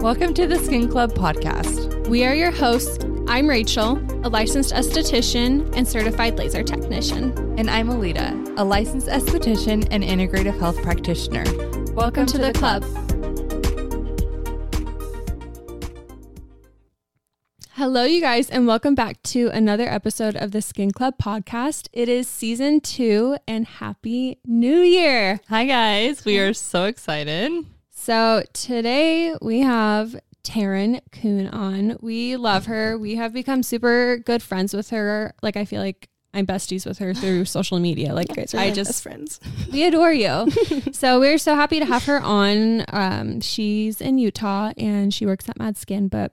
Welcome to the Skin Club podcast. We are your hosts. I'm Rachel, a licensed esthetician and certified laser technician. And I'm Alita, a licensed esthetician and integrative health practitioner. Welcome, Welcome to the club. Hello, you guys, and welcome back to another episode of the Skin Club podcast. It is season two, and happy new year! Hi, guys. We are so excited. So today we have Taryn Kuhn on. We love her. We have become super good friends with her. Like I feel like I'm besties with her through social media. Like I just friends. we adore you. so we're so happy to have her on. Um, she's in Utah and she works at Mad Skin, but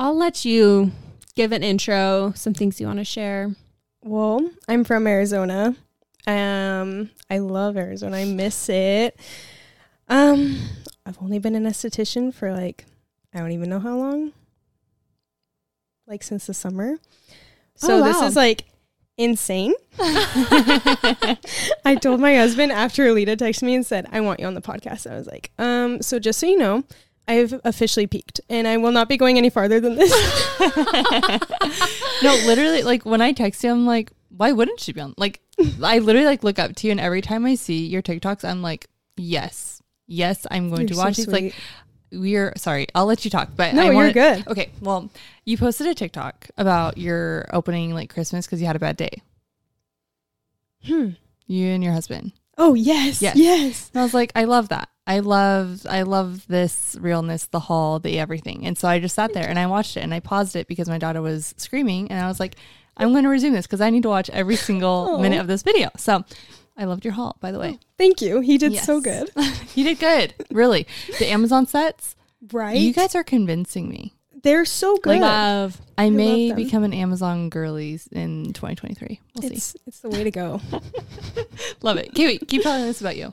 I'll let you give an intro, some things you want to share. Well, I'm from Arizona. Um, I love Arizona. I miss it. Um, I've only been an esthetician for like I don't even know how long. Like since the summer. So Oh, this wow. is like insane. I told my husband after Alita texted me and said, I want you on the podcast. I was like, um, so just so you know, I've officially peaked and I will not be going any farther than this. No, literally, like when I text you, I'm like, why wouldn't she be on? Like, I literally like look up to you, and every time I see your TikToks, I'm like, yes, yes, I'm going You're to so watch. these. sweet. like, we're sorry, I'll let you talk, but No, I you're wanna- good. Okay, well, you posted a TikTok about your opening like Christmas because you had a bad day. Hmm. You and your husband. Oh yes, Yes. yes. And I was like, I love that. I love, I love this realness, the haul, the everything. And so I just sat there and I watched it and I paused it because my daughter was screaming and I was like, I'm going to resume this because I need to watch every single Oh. minute of this video. So I loved your haul, by the way. Thank you. He did so Yes. good. You did good, really. The Amazon sets, Right? you guys uh, are convincing me. they're so good. Love. I, love may them. become an Amazon girlies in 2023. We'll it's it's the way to go. see. Love it. Kiwi, keep telling us about you.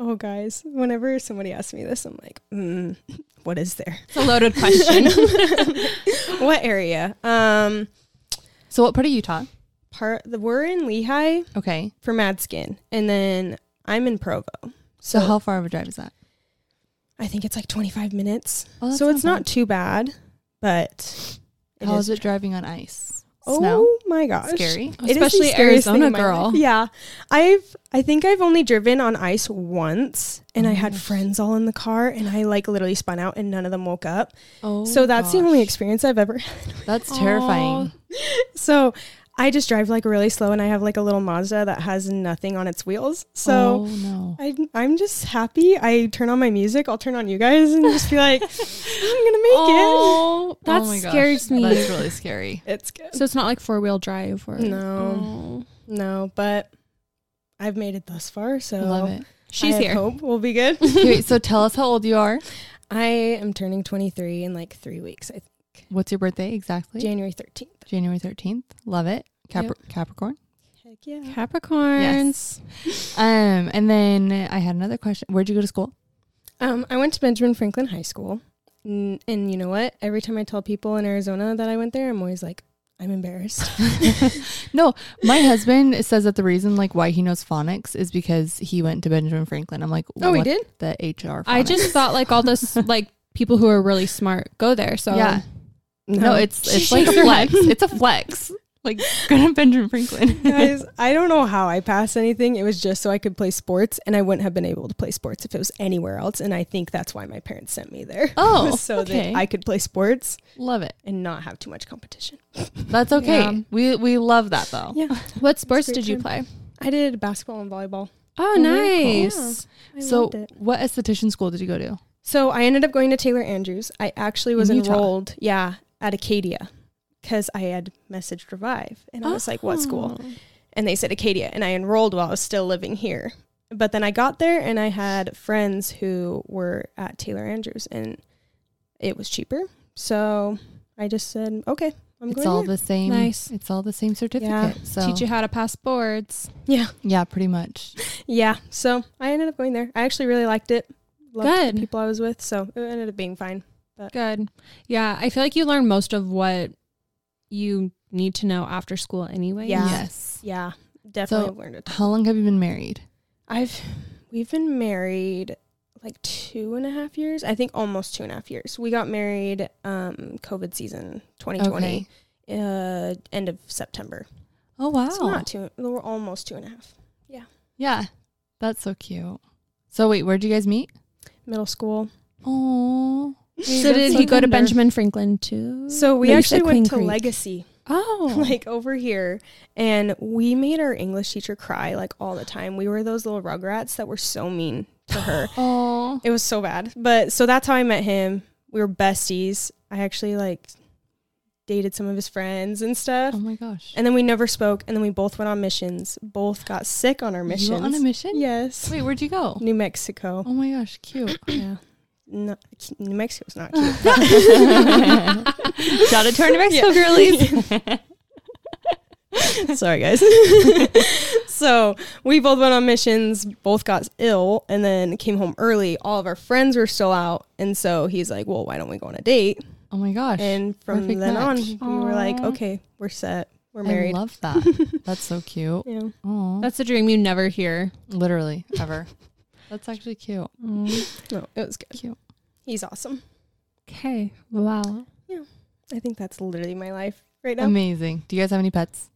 Oh guys, whenever somebody asks me this, I'm like, mm, what is there? It's a loaded question. What area? Um, So, what part of Utah? part the we're in Lehigh Okay. for Mad Skin, and then I'm in Provo. So, how far of a drive is that? I think it's like 25 minutes, Oh, that's so it's bad. not too bad, but it How is- is it driving on ice? Oh Snow? my gosh, Scary. It is the Especially scariest thing in Arizona my girl. life. Yeah. I've I think I've only driven on ice once and I had friends all in the car and I like literally spun out and none of them woke up. Oh, so that's the only experience I've ever had. That's terrifying. So I just drive like really slow and I have like a little Mazda that has nothing on its wheels. oh, So no. I, I'm just happy. I turn on my music. I'll turn on you guys and just be like, I'm gonna make Oh, that Oh my gosh. scares me. That's really scary. it. It's good. so it's not like four wheel drive or No, Oh. no, but I've made it thus far. So I Love it. She's I here. Hope we'll be good. Wait, so tell us how old you are. I am turning 23 in like three weeks. I think What's your birthday exactly? January 13th. January 13th. Love it. Capri- Capricorn. Heck yeah. Capricorns. Um, and then I had another question. Where'd you go to school? Um, I went to Benjamin Franklin High School, and, and you know what? Every time I tell people in Arizona that I went there, I'm always like, I'm embarrassed. My husband says that the reason like why he knows phonics is because he went to Benjamin Franklin. I'm like, Oh, he what did. The HR. Phonics? I just thought like all this like people who are really smart go there. So yeah. No, Um, it's it's like a Shakes her flex. it's a flex. Like go to Benjamin Franklin. Guys, I don't know how I passed anything. It was just so I could play sports, and I wouldn't have been able to play sports if it was anywhere else. And I think that's why my parents sent me there. Oh, was so okay. that I could play sports Love it. and not have too much competition. That's okay. Yeah. We we love that though. Yeah, what sports great did you time. play? I did basketball and volleyball. Mm-hmm. Oh, Oh, very nice. cool. I So, loved it. what esthetician school did you go to? So I ended up going to Taylor Andrews. I actually was In Utah. enrolled, yeah, at Acadia because I had messaged Revive and I was like, what school? Oh. And they said Acadia. And I enrolled while I was still living here. But then I got there and I had friends who were at Taylor Andrews and it was cheaper. So I just said, okay, I'm It's going all there. the same. Nice. It's all the same certificate. So Teach you how to pass boards. yeah. yeah, pretty much. Yeah. So I ended up going there. I actually really liked it. Loved Good. the people I was with. So it ended up being fine. Good. Yeah, I feel like you learn most of what you need to know after school anyway. Yeah. Yes. Yeah. Definitely learned a How long have you been married? I've we've been married like two and a half years. I think almost two and a half years. We got married um COVID season 2020, uh, end of September. Oh wow. So not two. We're almost two and a half. yeah. That's so cute. So wait, where'd you guys meet? Middle school. Oh. So did he go to Benjamin Franklin too? So we No, you actually said went Queen to Creek. Legacy, Oh, like over here, and we made our English teacher cry like all the time. We were those little rugrats that were so mean to her. Oh. It was so bad. But so that's how I met him. We were besties. I actually like dated some of his friends and stuff. Oh my gosh. And then we never spoke. And then we both went on missions. Both got sick on our missions. You went on a mission? Yes. Wait, where'd you go? New Mexico. Oh my gosh, cute. Yeah. No, New Mexico's not cute. Shout out to our New Mexico girlies. Sorry, guys. so we both went on missions, both got ill, and then came home early. All of our friends were still out. And so he's like, well, why don't we go on a date? Oh my gosh. And from Perfect then on, match. we were like, Aw. okay, we're set. We're I married. love that. That's so cute. yeah. Oh, that's a dream you never hear. literally ever. That's actually cute. No, it was good. Cute. He's awesome. Okay, wow. I think that's literally my life right Um, now. Amazing. Do you guys have any pets?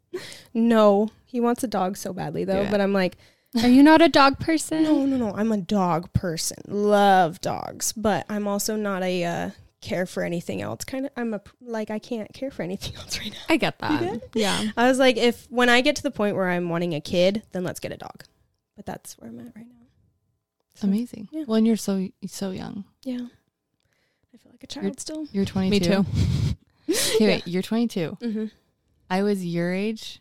no, he wants a dog so badly though, Yeah. but I'm like, Are you not a dog person? no, no, no. I'm a dog person. Love dogs, but I'm also not a uh, care for anything else kind of. I'm a p- like I can't care for anything else right now. I get that. Yeah. I was like, if when I get to the point where I'm wanting a kid, then let's get a dog. But that's where I'm at right now. So, Amazing. yeah. Well, and you're so so young. Yeah, I feel like a child still. You're 22. Me too. Okay, wait, you're 22. Mm-hmm. I was your age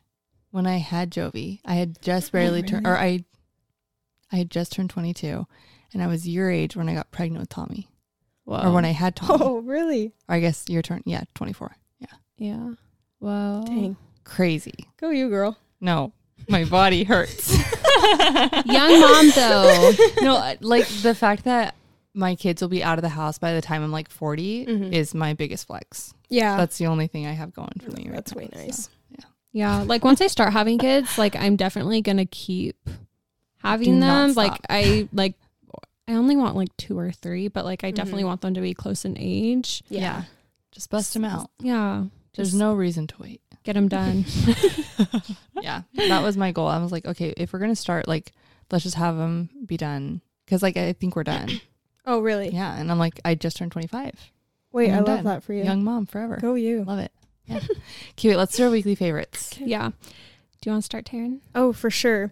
when I had Jovi. I had Oh, just barely turned, or I, I had just turned 22, and I was your age when I got pregnant with Tommy, Wow. or when I had Tommy. Oh, really? Or I guess your turn. Yeah, 24. Yeah. Oh. Wow. Dang, Crazy. go you, girl. No, my body hurts. Young mom though. no, I- like the fact that my kids will be out of the house by the time I'm like 40 Mhm. is my biggest flex. Yeah, That's the only thing I have going for me. Right that's now, way so. nice. yeah. Like once I start having kids, like I'm definitely gonna keep having Do not them. Like stop. I like I only want like two or three, but like I Mm-hmm. definitely want them to be close in age. Yeah. Just bust them out. Yeah. There's Just no reason to wait. get them done. yeah that was my goal i was like okay if we're gonna start like let's just have them be done because like i think we're done Oh, really? yeah and i'm like i just turned 25 Wait, I'm I love done. that for you. young mom forever Go you. love it yeah okay wait let's do our weekly favorites yeah. Do you want to start, Taryn? Oh, for sure.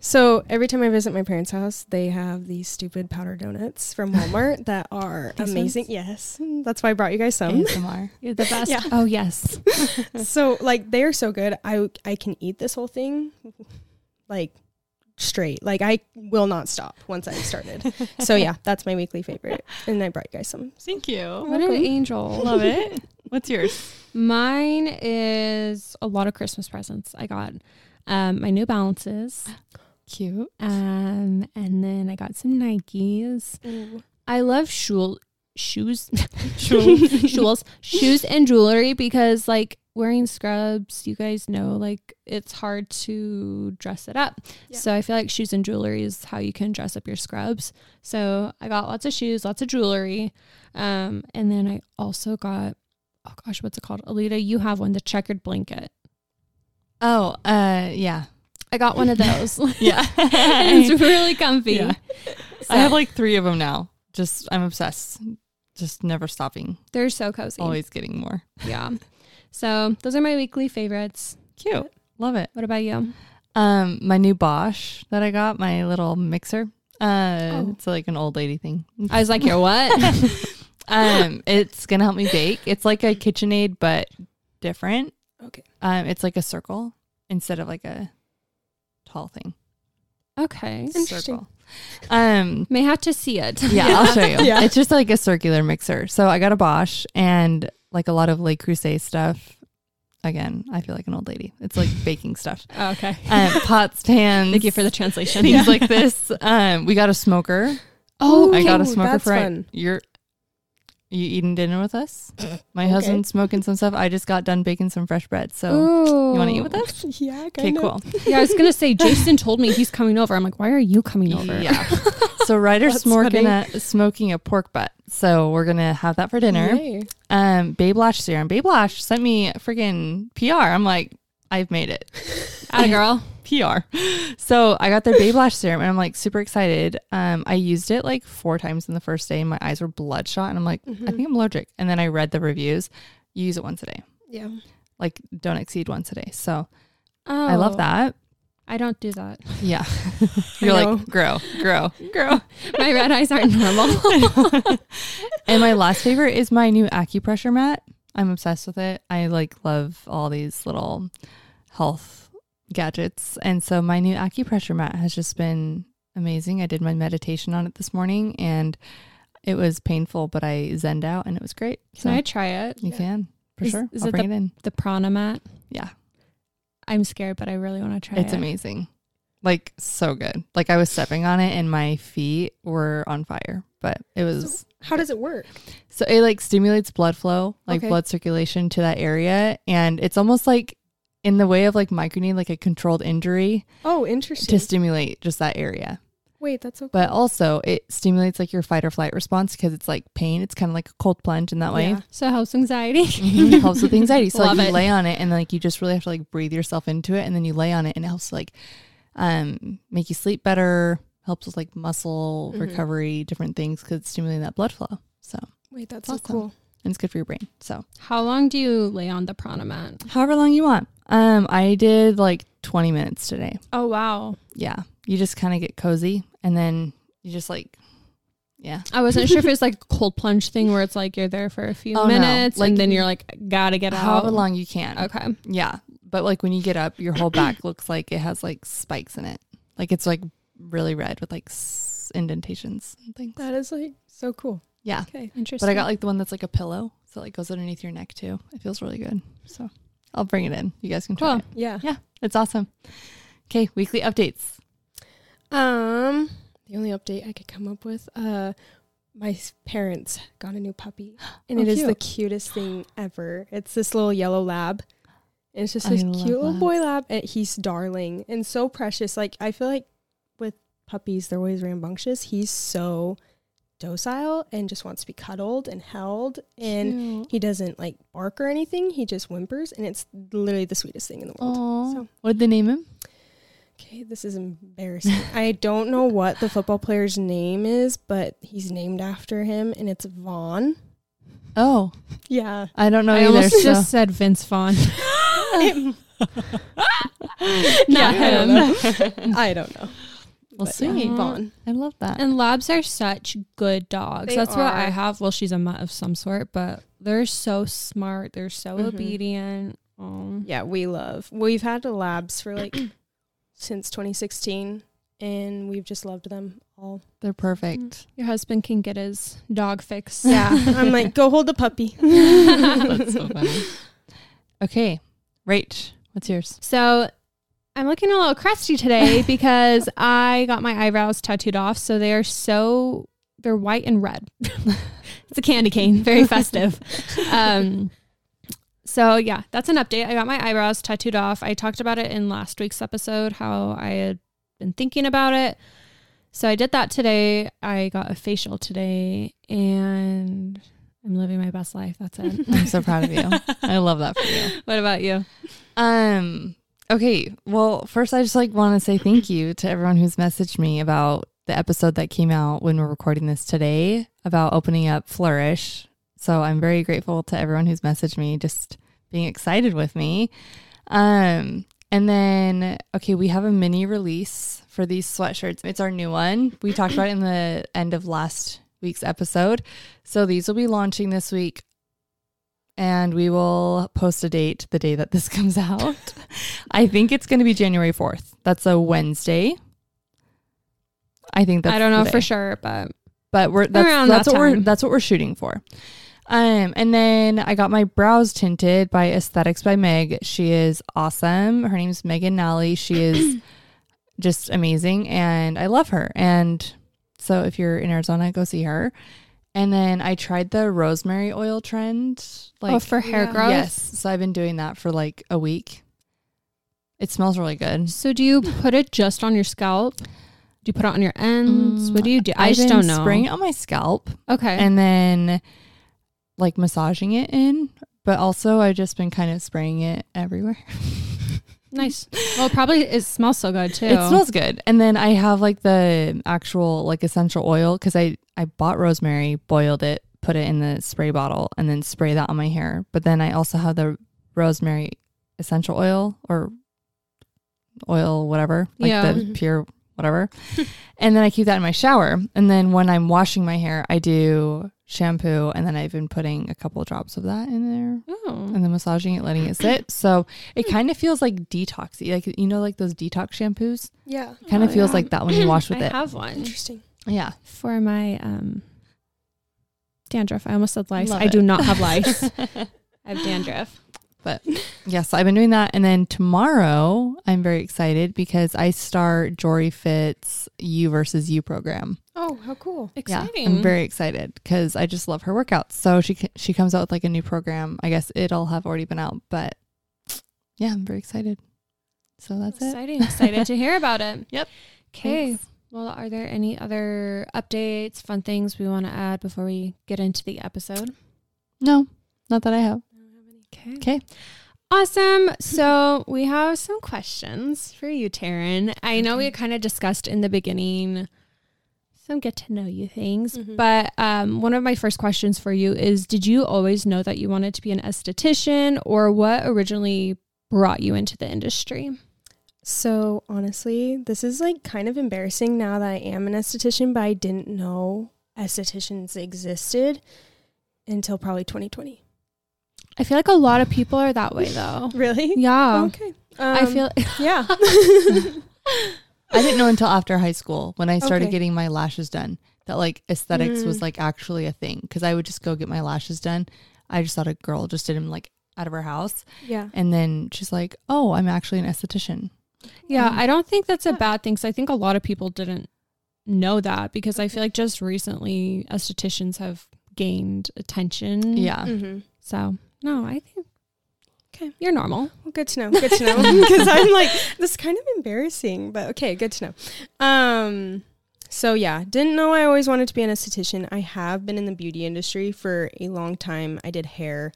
So every time I visit my parents' house, they have these stupid powder donuts from Walmart that are These amazing. Yes, that's why I brought you guys some. ASMR. You're the best. Yeah. Oh yes. so like they are so good. I I can eat this whole thing, like straight. Like I will not stop once I started. so yeah, that's my weekly favorite, and I brought you guys some. thank you What an angel. love it what's yours Mine is a lot of Christmas presents I got. Um, my New Balances, cute um, and then I got some Nikes. I love shoe shoes, shoes, shoes, and jewelry because like wearing scrubs, you guys know, like it's hard to dress it up. Yeah. So I feel like shoes and jewelry is how you can dress up your scrubs. So I got lots of shoes, lots of jewelry, um, and then I also got oh gosh, what's it called? Alita, you have one, the checkered blanket. oh uh yeah I got one of those. yeah And it's really comfy. Yeah. i have like three of them now just i'm obsessed just never stopping They're so cozy. always getting more Yeah. So those are my weekly favorites. cute love it What about you? Um, my new Bosch that I got, my little mixer. Uh, Oh. it's like an old lady thing. I was like, you're what? Um, it's gonna help me bake. It's like a KitchenAid but different. Okay. Um, it's like a circle instead of like a tall thing. okay. Circle. Um, May have to see it. yeah, I'll show you. Yeah. It's just like a circular mixer. So I got a Bosch and like a lot of like Creuset stuff. Again, I feel like an old lady. It's like baking stuff. okay. Um, pots, pans. Thank you for the translation. things like this. Um, we got a smoker. Oh, I got a Ooh, smoker that's for fun. your. You eating dinner with us? My husband's smoking some stuff. I just got done baking some fresh bread. So you want to eat with us? yeah, Oh, Okay, kinda. cool. Yeah, I was gonna say Jason told me he's coming over. I'm like, why are you coming over? Yeah. so Ryder's That's smoking funny. a, smoking a pork butt. So we're gonna have that for dinner. Yay. Um, Babe Lash serum. Babe Lash sent me freaking PR. I'm like, I've made it. Atta girl. PR. So I got their Babe Lash serum and I'm like super excited. Um, I used it like four times in the first day and my eyes were bloodshot and I'm like, I think I'm allergic. And then I read the reviews. You use it once a day. Yeah. Like don't exceed once a day. So Oh, I love that. I don't do that. Yeah. You're know. like, grow, grow, grow. My red eyes aren't normal. and my last favorite is my new acupressure mat. I'm obsessed with it. I like love all these little health gadgets. And so my new acupressure mat has just been amazing. I did my meditation on it this morning and it was painful, but I zened out and it was great. Can so I try it? you can for Is- sure. is I'll it bring it in. The prana mat. Yeah. I'm scared, but I really want to try It's it. amazing. Like so good. Like I was stepping on it and my feet were on fire, but it was How does it work? So it like stimulates blood flow, like Okay. blood circulation to that area. And it's almost like in the way of like microneedling, like a controlled injury Oh, interesting. to stimulate just that area. Wait, that's okay. But also it stimulates like your fight or flight response because it's like pain. It's kind of like a cold plunge in that way. Yeah. So it helps anxiety. Mhm. helps with anxiety. So like Love you it. lay on it and like you just really have to like breathe yourself into it and then you lay on it and it helps like um make you sleep better, helps with like muscle recovery, different things because it's stimulating that blood flow. So Wait, that's Awesome. so cool. and it's good for your brain. So How long do you lay on the prana mat? however long you want. Um, I did like 20 minutes today. Oh wow. Yeah, you just kind of get cozy, and then you just like, yeah, I wasn't sure if it's like a cold plunge thing where it's like you're there for a few Oh, no. minutes Like- and then you're like gotta get out. however long you can. Okay. Yeah, but like when you get up, your whole back looks like it has like spikes in it. Like it's like really red with like s- indentations and things. That is like so cool. Yeah, Okay. Interesting. but I got like the one that's like a pillow, so it like goes underneath your neck too. It feels really good. So I'll bring it in. You guys can try Cool. it. Yeah. Yeah, it's awesome. Okay, weekly updates. Um, the only update I could come up with, uh, my s- parents got a new puppy, and Oh, it is the cute. cutest thing ever. It's this little yellow lab. And it's just I this love cute little boy lab, and he's darling and so precious. Like I feel like with puppies, they're always rambunctious. He's so docile and just wants to be cuddled and held, and he doesn't like bark or anything. He just whimpers, and it's literally the sweetest thing in the world. Aw. So- What did they name him? Okay, this is embarrassing. I don't know what the football player's name is, but he's named after him, and it's Vaughn. Oh, Yeah. I don't know I either. almost So. just said Vince Vaughn. Not him. I don't know. well, But yeah, sweet. Vaughn. I love that. And labs are such good dogs. They That's what I are. have. Well, she's a mutt of some sort, but they're so smart. They're so Mm-hmm. obedient. Oh. Yeah, we love. We've had the labs for like since 2016, and we've just loved them all. They're perfect. Your husband can get his dog fix. Yeah, I'm like, go hold the puppy. Mm. That's so funny. Okay, Rach, what's yours? So I'm looking a little crusty today because I got my eyebrows tattooed off. So they are so they're white and red. it's a candy cane, very festive. um, so yeah, that's an update. I got my eyebrows tattooed off. I talked about it in last week's episode how I had been thinking about it. So I did that today. I got a facial today, and I'm living my best life. That's it. I'm so proud of you. I love that for you. what about you? Um. Okay. Well, first, I just like want to say thank you to everyone who's messaged me about the episode that came out when we're recording this today about opening up Flourish. So I'm very grateful to everyone who's messaged me, just being excited with me. Um. And then, okay, we have a mini release for these sweatshirts. It's our new one. We talked about it in the end of last week's episode. So these will be launching this week and we will post a date the day that this comes out. I think it's going to be January 4th. That's a Wednesday. I think that's I don't know the for day. sure, but but we're that's, Around that's that what we're time. that's what we're shooting for. Um, and then I got my brows tinted by Aesthetics by Meg. She is awesome. Her name's Megan Nally. She is just amazing, and I love her. And so, if you're in Arizona, go see her. And then I tried the rosemary oil trend. Like oh, for hair yeah. growth. Yes. So I've been doing that for like a week. It smells really good. So do you put it just on your scalp? Do you put it on your ends? what do you do? I Mm, I've just been don't know. Spraying it on my scalp okay. and then like massaging it in, but also I've just been kind of spraying it everywhere. nice. Well, probably it smells so good too. It smells good. And then I have like the actual like essential oil because I I bought rosemary, boiled it, put it in the spray bottle, and then spray that on my hair. But then I also have the rosemary essential oil or oil whatever, like Yeah. the pure whatever. and then I keep that in my shower. And then when I'm washing my hair, I do shampoo, and then I've been putting a couple drops of that in there Oh. and then massaging it, letting it sit. So it kind of feels like detoxy, like you know, like those detox shampoos. Yeah. Kind of Oh, feels yeah. like that when you wash with I it. have one Interesting. yeah, for my um dandruff. I almost said lice. Love I do it. not have lice. I have dandruff. yeah. So I've been doing that, and then tomorrow I'm very excited because I start Jory Fit's You versus You program. Oh, how cool. Yeah, I'm very excited because I just love her workouts. So she c- she comes out with like a new program. I guess it'll have already been out, but yeah, I'm very excited. So that's it. exciting. Excited to hear about it. Yep. Okay. Thanks. Well, are there any other updates, fun things we want to add before we get into the episode? No, not that I have. Okay. 'Kay. Awesome. So we have some questions for you, Taryn. I know we kind of discussed in the beginning some get to know you things, Mhm. but um, one of my first questions for you is Did you always know that you wanted to be an esthetician or what originally brought you into the industry? So honestly, this is like kind of embarrassing now that I am an esthetician, but I didn't know estheticians existed until probably 2020. I feel like a lot of people are that way though. Really? Yeah. Okay. I Um, feel Yeah. I didn't know until after high school when I started Okay. getting my lashes done that like aesthetics was Mm. like actually a thing because I would just go get my lashes done. I just thought a girl just did them like out of her house yeah. and then she's like, "Oh, I'm actually an esthetician." Yeah, Mm. Um, I don't think that's a bad thing because I think a lot of people didn't know that because I feel like just recently estheticians have gained attention. Yeah. Mm-hmm. So, no, I think. 'Kay. You're normal. Well, good to know. Good to know. Because I'm like, this is kind of embarrassing, but okay, good to know. Um, so yeah, didn't know I always wanted to be an esthetician. I have been in the beauty industry for a long time. I did hair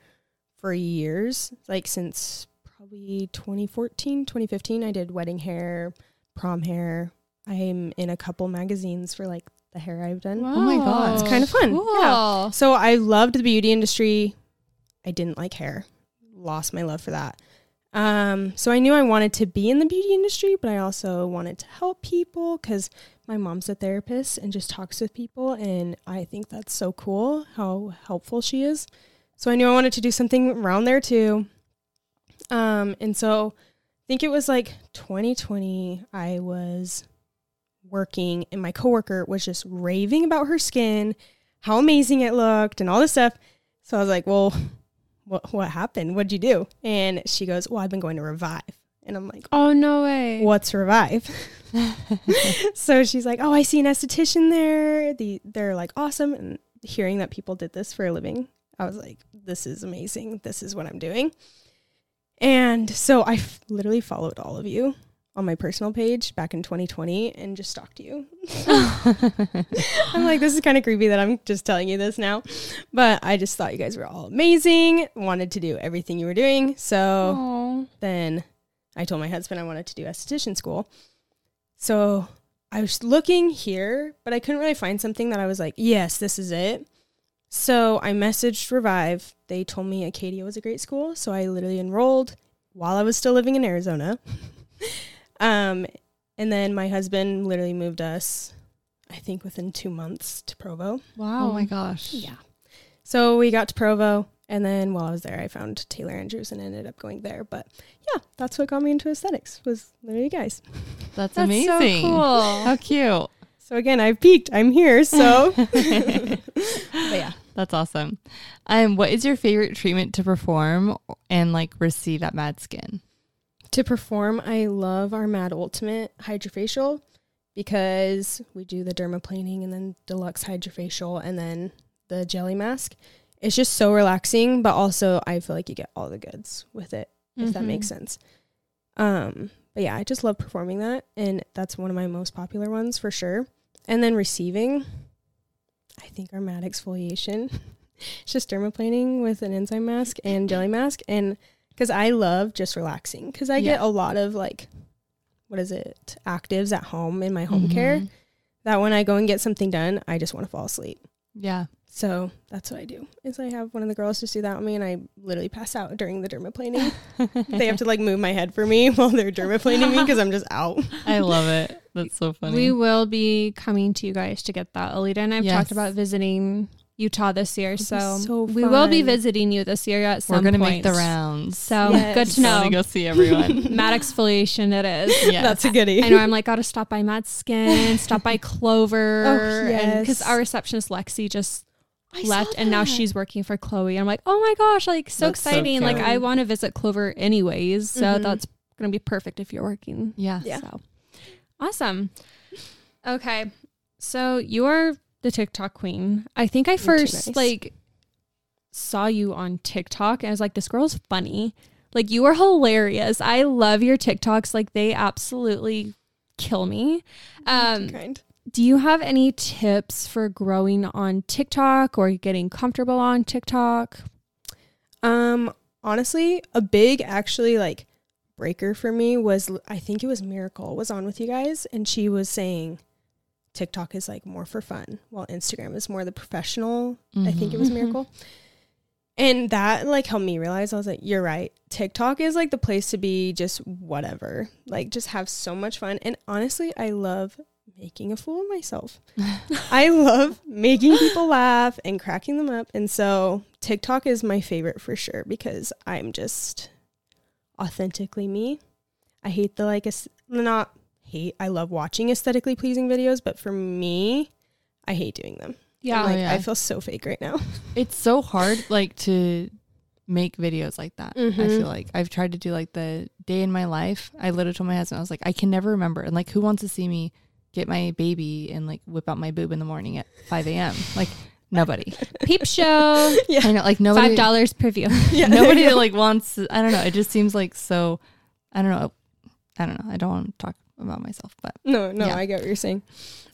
for years, like since probably 2014, 2015. I did wedding hair, prom hair. I'm in a couple magazines for like the hair I've done. Oh my God. It's kind of fun. Cool. Yeah. So I loved the beauty industry. I didn't like hair. Lost my love for that. Um, so I knew I wanted to be in the beauty industry, but I also wanted to help people because my mom's a therapist and just talks with people, and I think that's so cool how helpful she is. So I knew I wanted to do something around there too. Um, and so I think it was like 2020. I was working, and my coworker was just raving about her skin how amazing it looked and all this stuff. So I was like, well, what, what happened? What'd you do? And she goes, well, I've been going to Revive. And I'm like, Oh, no way. what's Revive? so she's like, oh, I see an esthetician there. The, they're like awesome. And hearing that people did this for a living, I was like, this is amazing. This is what I'm doing. And so I f- literally followed all of you on my personal page back in 2020 and just stalked you. I'm like, this is kind of creepy that I'm just telling you this now. But I just thought you guys were all amazing, wanted to do everything you were doing. So Oh. then I told my husband I wanted to do esthetician school. So I was looking here, but I couldn't really find something that I was like, yes, this is it. So I messaged Revive. They told me Acadia was a great school. So I literally enrolled while I was still living in Arizona. um, and then my husband literally moved us, I think within two months to Provo. Wow. Oh my gosh. So we got to Provo. And then while I was there, I found Taylor Andrews and ended up going there. But yeah, that's what got me into aesthetics was literally you guys. That's, That's amazing. so cool. How cute. So again, I've peaked. I'm here. So yeah. That's awesome. Um, what is your favorite treatment to perform and like receive at Mad Skin? to perform, I love our Mad Ultimate Hydrofacial because we do the dermaplaning and then deluxe hydrofacial and then the jelly mask. It's just so relaxing, but also I feel like you get all the goods with it, if that Mm-hmm. makes sense. Um, but yeah, I just love performing that, and that's one of my most popular ones for sure. And then receiving, I think our mat exfoliation. it's just dermaplaning with an enzyme mask and jelly mask, and because I love just relaxing, because I get a lot of like, what is it, actives at home in my home care. Mhm. That when I go and get something done, I just want to fall asleep. Yeah. So that's what I do. Is I have one of the girls just do that on me, and I literally pass out during the dermaplaning. they have to like move my head for me while they're dermaplaning me because I'm just out. I love it. That's so funny. We will be coming to you guys to get that. Alita and I've Yes. talked about visiting Utah this year, so, so we will be fun. visiting you this year at some We're gonna make point. the rounds. So Yes. good to I'm gonna know. go see everyone. Matt exfoliation it is. yeah. That's a goodie. I know I'm like gotta stop by Matt's skin, stop by Clover, Oh, yes. because our receptionist Lexi just I left, saw and now that. she's working for Chloe. I'm like, oh my gosh, like so That's so exciting! like cute. I want to visit Clover anyways, so Mhm. that's gonna be perfect if you're working. yeah. Yeah. So awesome. Okay, so you are the TikTok queen. I think I too, first nice. like saw you on TikTok, and I was like, this girl's funny. Like you are hilarious. I love your TikToks. Like they absolutely kill me. Um, kind. do you have any tips for growing on TikTok or getting comfortable on TikTok? Um, honestly, a big actually like breaker for me was l- I think it was Miracle was on with you guys, and she was saying TikTok is like more for fun, while Instagram is more the professional. I think it Mm-hmm. was Mhm. Miracle. And that like helped me realize I was like, you're right. TikTok is like the place to be just whatever. Like just have so much fun. And honestly, I love making a fool of myself. I love making people laugh and cracking them up. And so TikTok is my favorite for sure because I'm just authentically me. I hate the like, aes- not hate, I love watching aesthetically pleasing videos, but for me, I hate doing them. Yeah. I'm like, Oh, yeah. I feel so fake right now. It's so hard like to make videos like that. I Mhm. feel like I've tried to do like the day in my life. I literally told my husband, I was like, I can never remember. And like, who wants to see me get my baby and like whip out my boob in the morning at 5 a.m.? Like, nobody. Peep show, I know, like, five nobody, dollars per view. Yeah. nobody like wants, to- I don't know. It just seems like so, I don't know. I don't know. I don't want to talk about myself, but No, no, Yeah. I get what you're saying.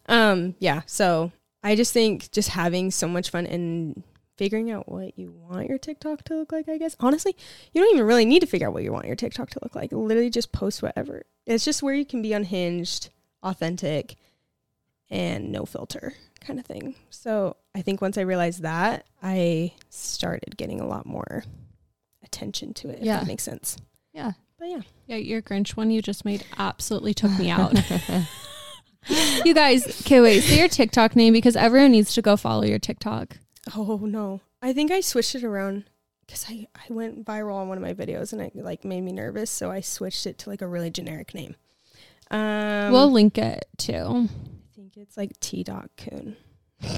Um, yeah. So I just think just having so much fun and figuring out what you want your TikTok to look like, I guess. Honestly, you don't even really need to figure out what you want your TikTok to look like. Literally just post whatever. It's just where you can be unhinged, authentic, and no filter kind of thing. So I think once I realized that, I started getting a lot more attention to it, if Yeah. that makes sense. yeah. But yeah. Yeah, your Grinch one you just made absolutely took me out. you guys, okay, wait, say your TikTok name because everyone needs to go follow your TikTok. Oh no. I think I switched it around because I, I went viral on one of my videos and it like made me nervous, so I switched it to like a really generic name. Um we'll link it too. I think it's like T dot coon.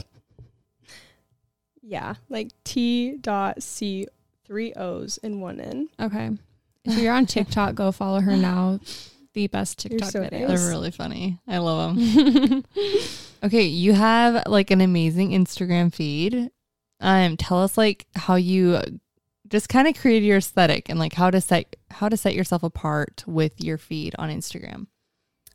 yeah, like T dot C three O's and one N. Okay. If you're on TikTok, go follow her now. The best You're TikTok so video. They're Yes. really funny. I love them. okay, you have like an amazing Instagram feed. Um, tell us like how you just kind of create your aesthetic and like how to set how to set yourself apart with your feed on Instagram.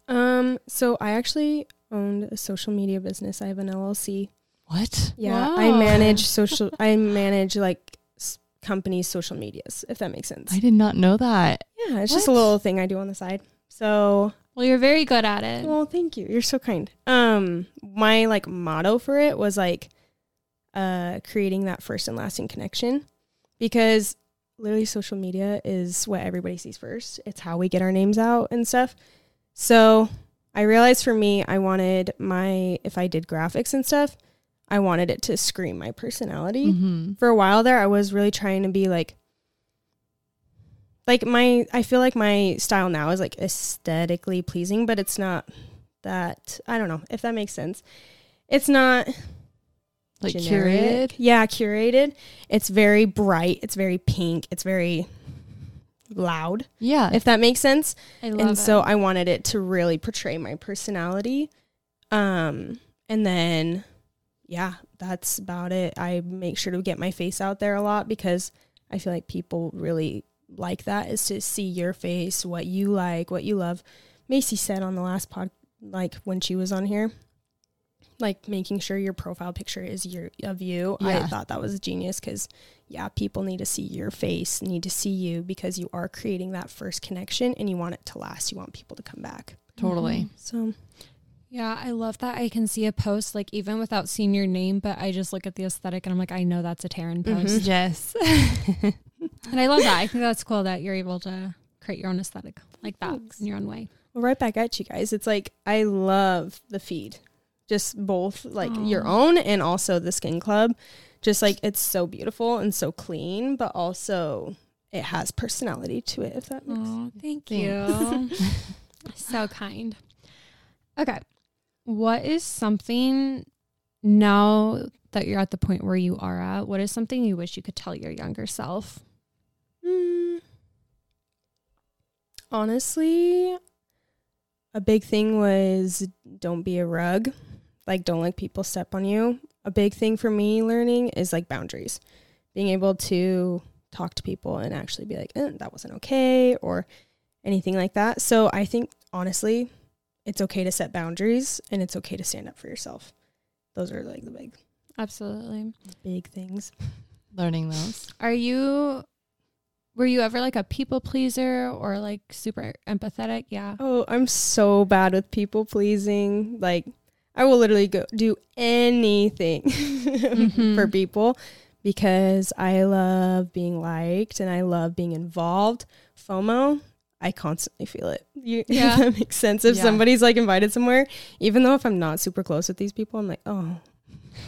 Um, so I actually owned a social media business. I have an LLC. What? Yeah, Wow. I manage social I manage like s- companies' social medias, if that makes sense. I did not know that. Yeah, it's just a What? little thing I do on the side. So, Well, you're very good at it. well, thank you. You're so kind. Um, my like motto for it was like, uh, creating that first and lasting connection, because literally social media is what everybody sees first. It's how we get our names out and stuff. So, I realized for me, I wanted my if I did graphics and stuff, I wanted it to scream my personality Mhm. for a while there, I was really trying to be like, like my. I feel like my style now is like aesthetically pleasing, but it's not that. I don't know if that makes sense. It's not Like generic. curated. Yeah, curated. It's very bright. It's very pink. It's very loud. Yeah. If that makes sense I love and it. so I wanted it to really portray my personality. Um, and then yeah, that's about it. I make sure to get my face out there a lot because I feel like people really like that is to see your face, what you like, what you love. Macy said on the last pod, like when she was on here, like making sure your profile picture is your of you. I Yeah. thought that was genius because yeah, people need to see your face, need to see you because you are creating that first connection and you want it to last. You want people to come back. Totally. So Mm-hmm. Yeah, I love that I can see a post like even without seeing your name, but I just look at the aesthetic and I'm like, I know that's a Taryn Mm-hmm. post. Yes. And I love that. I think that's cool that you're able to create your own aesthetic like that in your own way. Well, right back at you guys. It's like I love the feed, just both like Aw. your own and also the Skin Club. Just like it's so beautiful and so clean, but also it has personality to it. If that makes Oh, thank Thanks. you. so kind. Okay. What is something now that you're at the point where you are at? What is something you wish you could tell your younger self? Mm. Honestly, a big thing was don't be a rug. Like, don't let people step on you. A big thing for me learning is like boundaries, being able to talk to people and actually be like, eh, that wasn't okay, or anything like that. So, I think honestly, it's okay to set boundaries and it's okay to stand up for yourself. Those are like the big, Absolutely. big things. Learning those. Are you were you ever like a people pleaser or like super empathetic? Yeah. Oh, I'm so bad with people pleasing. Like, I will literally go do anything Mhm. Mm-hmm. for people because I love being liked and I love being involved. FOMO, I constantly feel it. You, Yeah. if that makes sense. If Yeah. somebody's like invited somewhere, even though if I'm not super close with these people, I'm like, oh,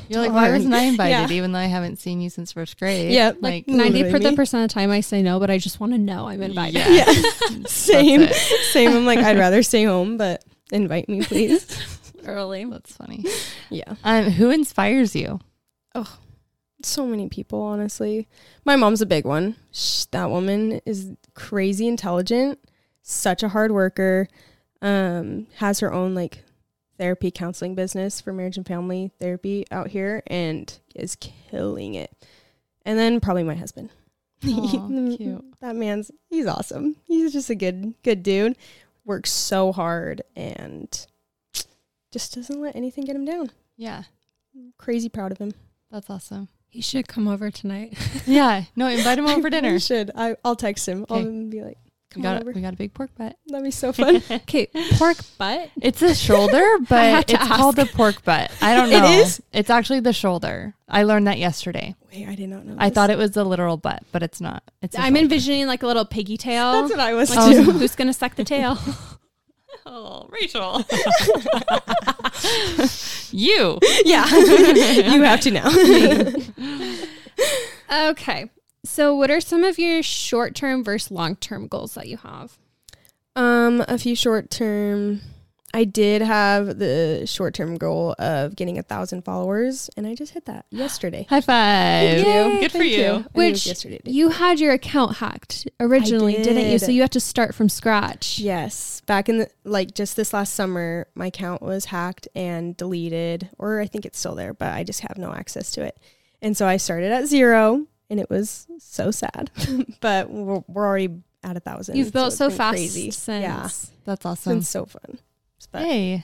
You're like, why Darn. wasn't I invited? Yeah. Even though I haven't seen you since first grade. Yeah, Like, like, Ninety Literally me. percent of the time I say no, but I just want to know I'm invited. Yeah. same, That's, it. same. I'm like, I'd rather stay home, but invite me, please. Early. That's funny. yeah. Um, who inspires you? so many people honestly my mom's a big one Sh that woman is crazy intelligent such a hard worker um has her own like therapy counseling business for marriage and family therapy out here and is killing it and then probably my husband Mm, Aw, cute. that man's he's awesome he's just a good good dude works so hard and just doesn't let anything get him down Yeah, crazy proud of him that's awesome. He should come over tonight. Yeah, no, invite him I over for dinner. really should. I, I'll text him. Okay. I'll be like, We come on got over. we got a big pork butt. That'd be so fun. Okay, pork butt. It's a shoulder, I had but to it's called the pork butt. I don't It know. is? It's actually the shoulder. I learned that yesterday. Wait, I did not know. I thought it was the literal butt, but it's not. It's. a I'm shoulder. envisioning like a little piggy tail. That's what I was Like, too. who's- who's gonna suck the tail? Oh, Rachel. you. yeah, you have to now. okay. So, what are some of your short-term versus long-term goals that you have? um, a few short term. I did have the short term goal of getting a thousand followers, and I just hit that yesterday. High five. Yay, Good for Thank you. I think it was Which yesterday. You had your account hacked originally, did. not you? did. So you had to start from scratch. Yes, back in the like just this last summer, my account was hacked and deleted, or I think it's still there, but I just have no access to it. And so I started at zero, and it was so sad. but we're, we're already at a thousand. You've built it's so been fast crazy. since. Yeah, That's it's awesome. been so fun. But Hey,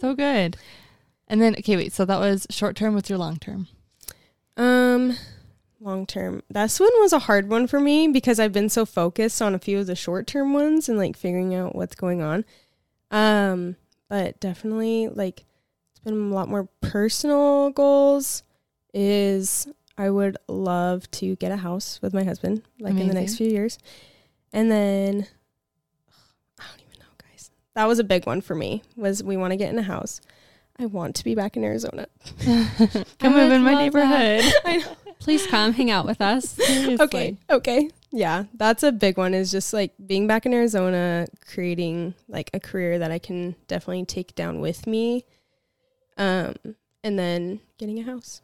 so good. And then, okay, wait. So that was short term. What's your long term? Um, long term. This one was a hard one for me because I've been so focused on a few of the short term ones and like figuring out what's going on. Um, but definitely like it's been a lot more personal goals is I would love to get a house with my husband like in the next Amazing. few years. And then I don't even know, guys. That was a big one for me was we want to get in a house. I want to be back in Arizona. Come I live in my love that. neighborhood. Please come hang out with us. okay okay yeah that's a big one is just like being back in arizona creating like a career that i can definitely take down with me um and then getting a house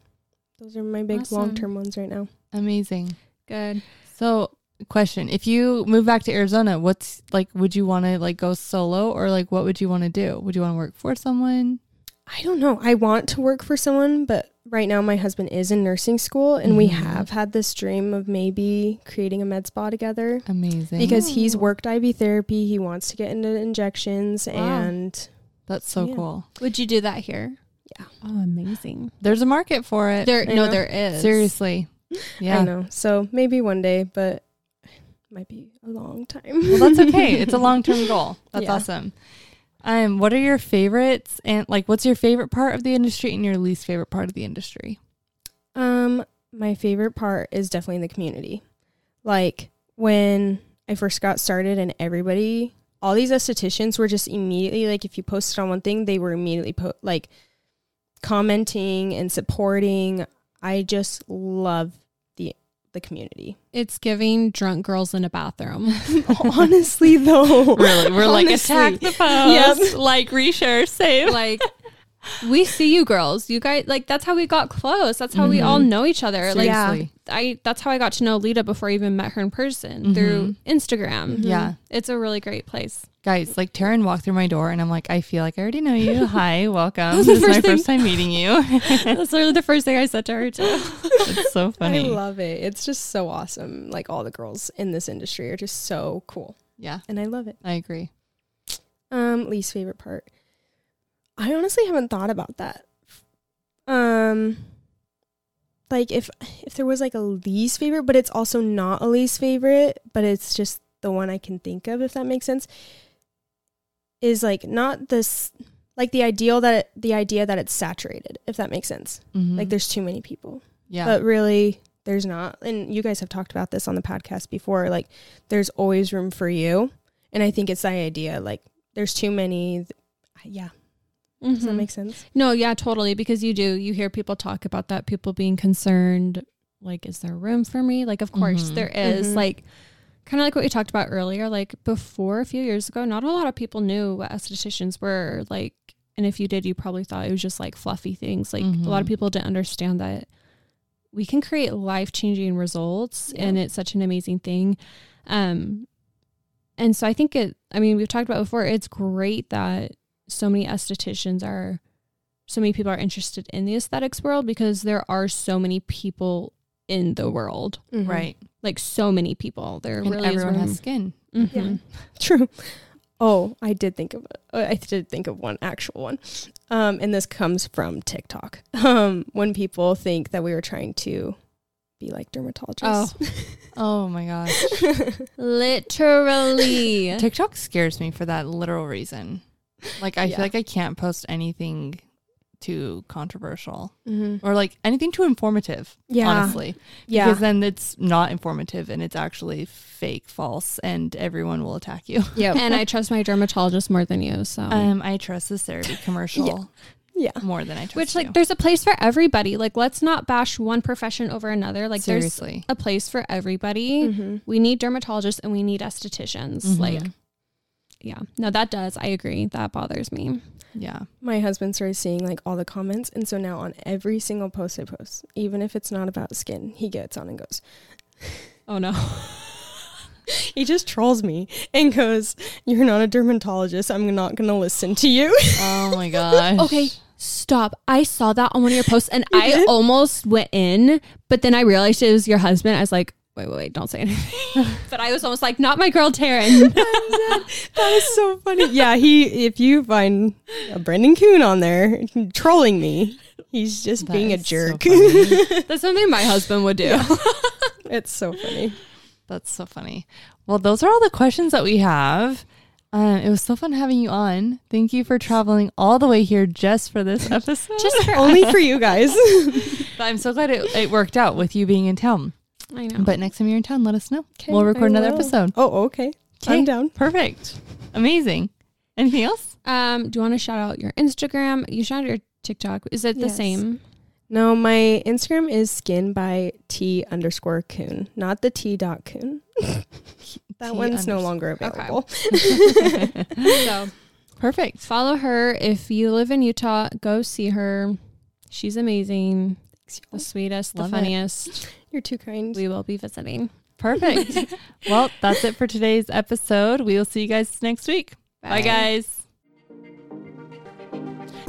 those are my big Awesome. long-term ones right now Amazing. Good. So, question: If you move back to Arizona, what's like? Would you want to like go solo, or like what would you want to do? Would you want to work for someone? I don't know. I want to work for someone, but right now my husband is in nursing school and we Mm-hmm. have had this dream of maybe creating a med spa together Amazing. because he's worked IV therapy. He wants to get into injections Wow. and that's so Yeah. cool. Would you do that here? Yeah. Oh, amazing. There's a market for it. There, I no, know. there is. Hmm? Seriously. I Yeah. know. So maybe one day, but might be a long time. Well, that's okay. It's a long term goal. That's Yeah. awesome. Um, what are your favorites and like what's your favorite part of the industry and your least favorite part of the industry? Um, my favorite part is definitely the community. Like when I first got started and everybody, all these estheticians were just immediately like if you posted on one thing, they were immediately po- like commenting and supporting. I just love the the community. It's giving drunk girls in a bathroom. Honestly though. Really? We're like Honestly. attack the post, like reshare, save. like, we see you girls. You guys, like, that's how we got close. That's how we all know each other. Like, Seriously. I that's how I got to know Lita before I even met her in person through Instagram. Yeah. It's a really great place. Guys, like Taryn walked through my door and I'm like, I feel like I already know you. Hi, welcome. was this the is my first first time meeting you. That's literally the first thing I said to her too. it's so I funny. love it. It's just so awesome. Like all the girls in this industry are just so cool. yeah, And I love it. I agree. Um, least favorite part. I honestly haven't thought about that. Um, like if if there was like a least favorite, but it's also not a least favorite, but it's just the one I can think of, if that makes sense. Is like not this like the ideal that it, the idea that it's saturated, if that makes sense. Mhm. Like there's too many people, yeah. but really there's not. And you guys have talked about this on the podcast before. Like there's always room for you, and I think it's the idea. Like there's too many. th- yeah, does that Mm-hmm. Mhm. make sense? No, yeah, totally. Because you do, you hear people talk about that, people being concerned, like, is there room for me? Like, of course Mhm. there is. Mhm. Like, kind of like what we talked about earlier. Like, before a few years ago, not a lot of people knew what estheticians were. Like, and if you did, you probably thought it was just like fluffy things. Like, a lot of Mhm. people didn't understand that we can create life changing results, Yeah. and it's such an amazing thing. Um, and so I think it, I mean, we've talked about before, it's great that so many estheticians are, so many people are interested in the aesthetics world because there are so many people in the world. mm-hmm. right. Like so many people. There And really everyone is room. has skin. Mhm. Yeah. True. Oh, I did think of uh, I did think of one actual one, um, and this comes from TikTok. Um, when people think that we were trying to be like dermatologists. Oh my gosh. Literally. TikTok scares me for that literal reason. Like I Yeah. feel like I can't post anything too controversial Mhm. or like anything too informative, Yeah. honestly. Yeah. Because then it's not informative and it's actually fake, false, and everyone will attack you. Yep. and I trust my dermatologist more than you. So Um, I trust this therapy commercial yeah. more than I trust which you. like there's a place for everybody. Like let's not bash one profession over another. Like seriously. Mm-hmm. there's a place for everybody. Mhm. we need dermatologists and we need estheticians. Like, yeah, no, that does. I agree. That bothers me. Yeah. My husband started seeing like all the comments, and so now on every single post I post, even if it's not about skin, he gets on and goes. Oh no. He just trolls me and goes, "You're not a dermatologist. I'm not going to listen to you." Oh my gosh. Okay, stop. I saw that on one of your posts and I almost went in, but then I realized it was your husband. I was like, wait, wait, wait, don't say anything. but I was almost like, not my girl, Taryn. that is so funny. Yeah, he. If you find a Brendan Coon on there trolling me, he's just That being a is so jerk. funny. That's something my husband would do. it's so funny. That's so funny. Well, those are all the questions that we have. Um, it was so fun having you on. Thank you for traveling all the way here just for this episode. Just for Only for you guys. But I'm so glad it, it worked out with you being in town. I know. But next time you're in town, let us know. we'll record another episode. Oh, okay. Okay. I'm down. Perfect. Amazing. Anything else? um, do you want to shout out your Instagram? You shout out your TikTok. Is it the Yes. same? No, my Instagram is skin by t underscore coon, not the t dot coon. T That one's no unders- longer available. so Perfect. Follow her if you live in Utah. Go see her. She's amazing, the sweetest, Love it. the funniest. You're too kind. We will be visiting. Perfect. well, that's it for today's episode. We will see you guys next week. Bye, guys.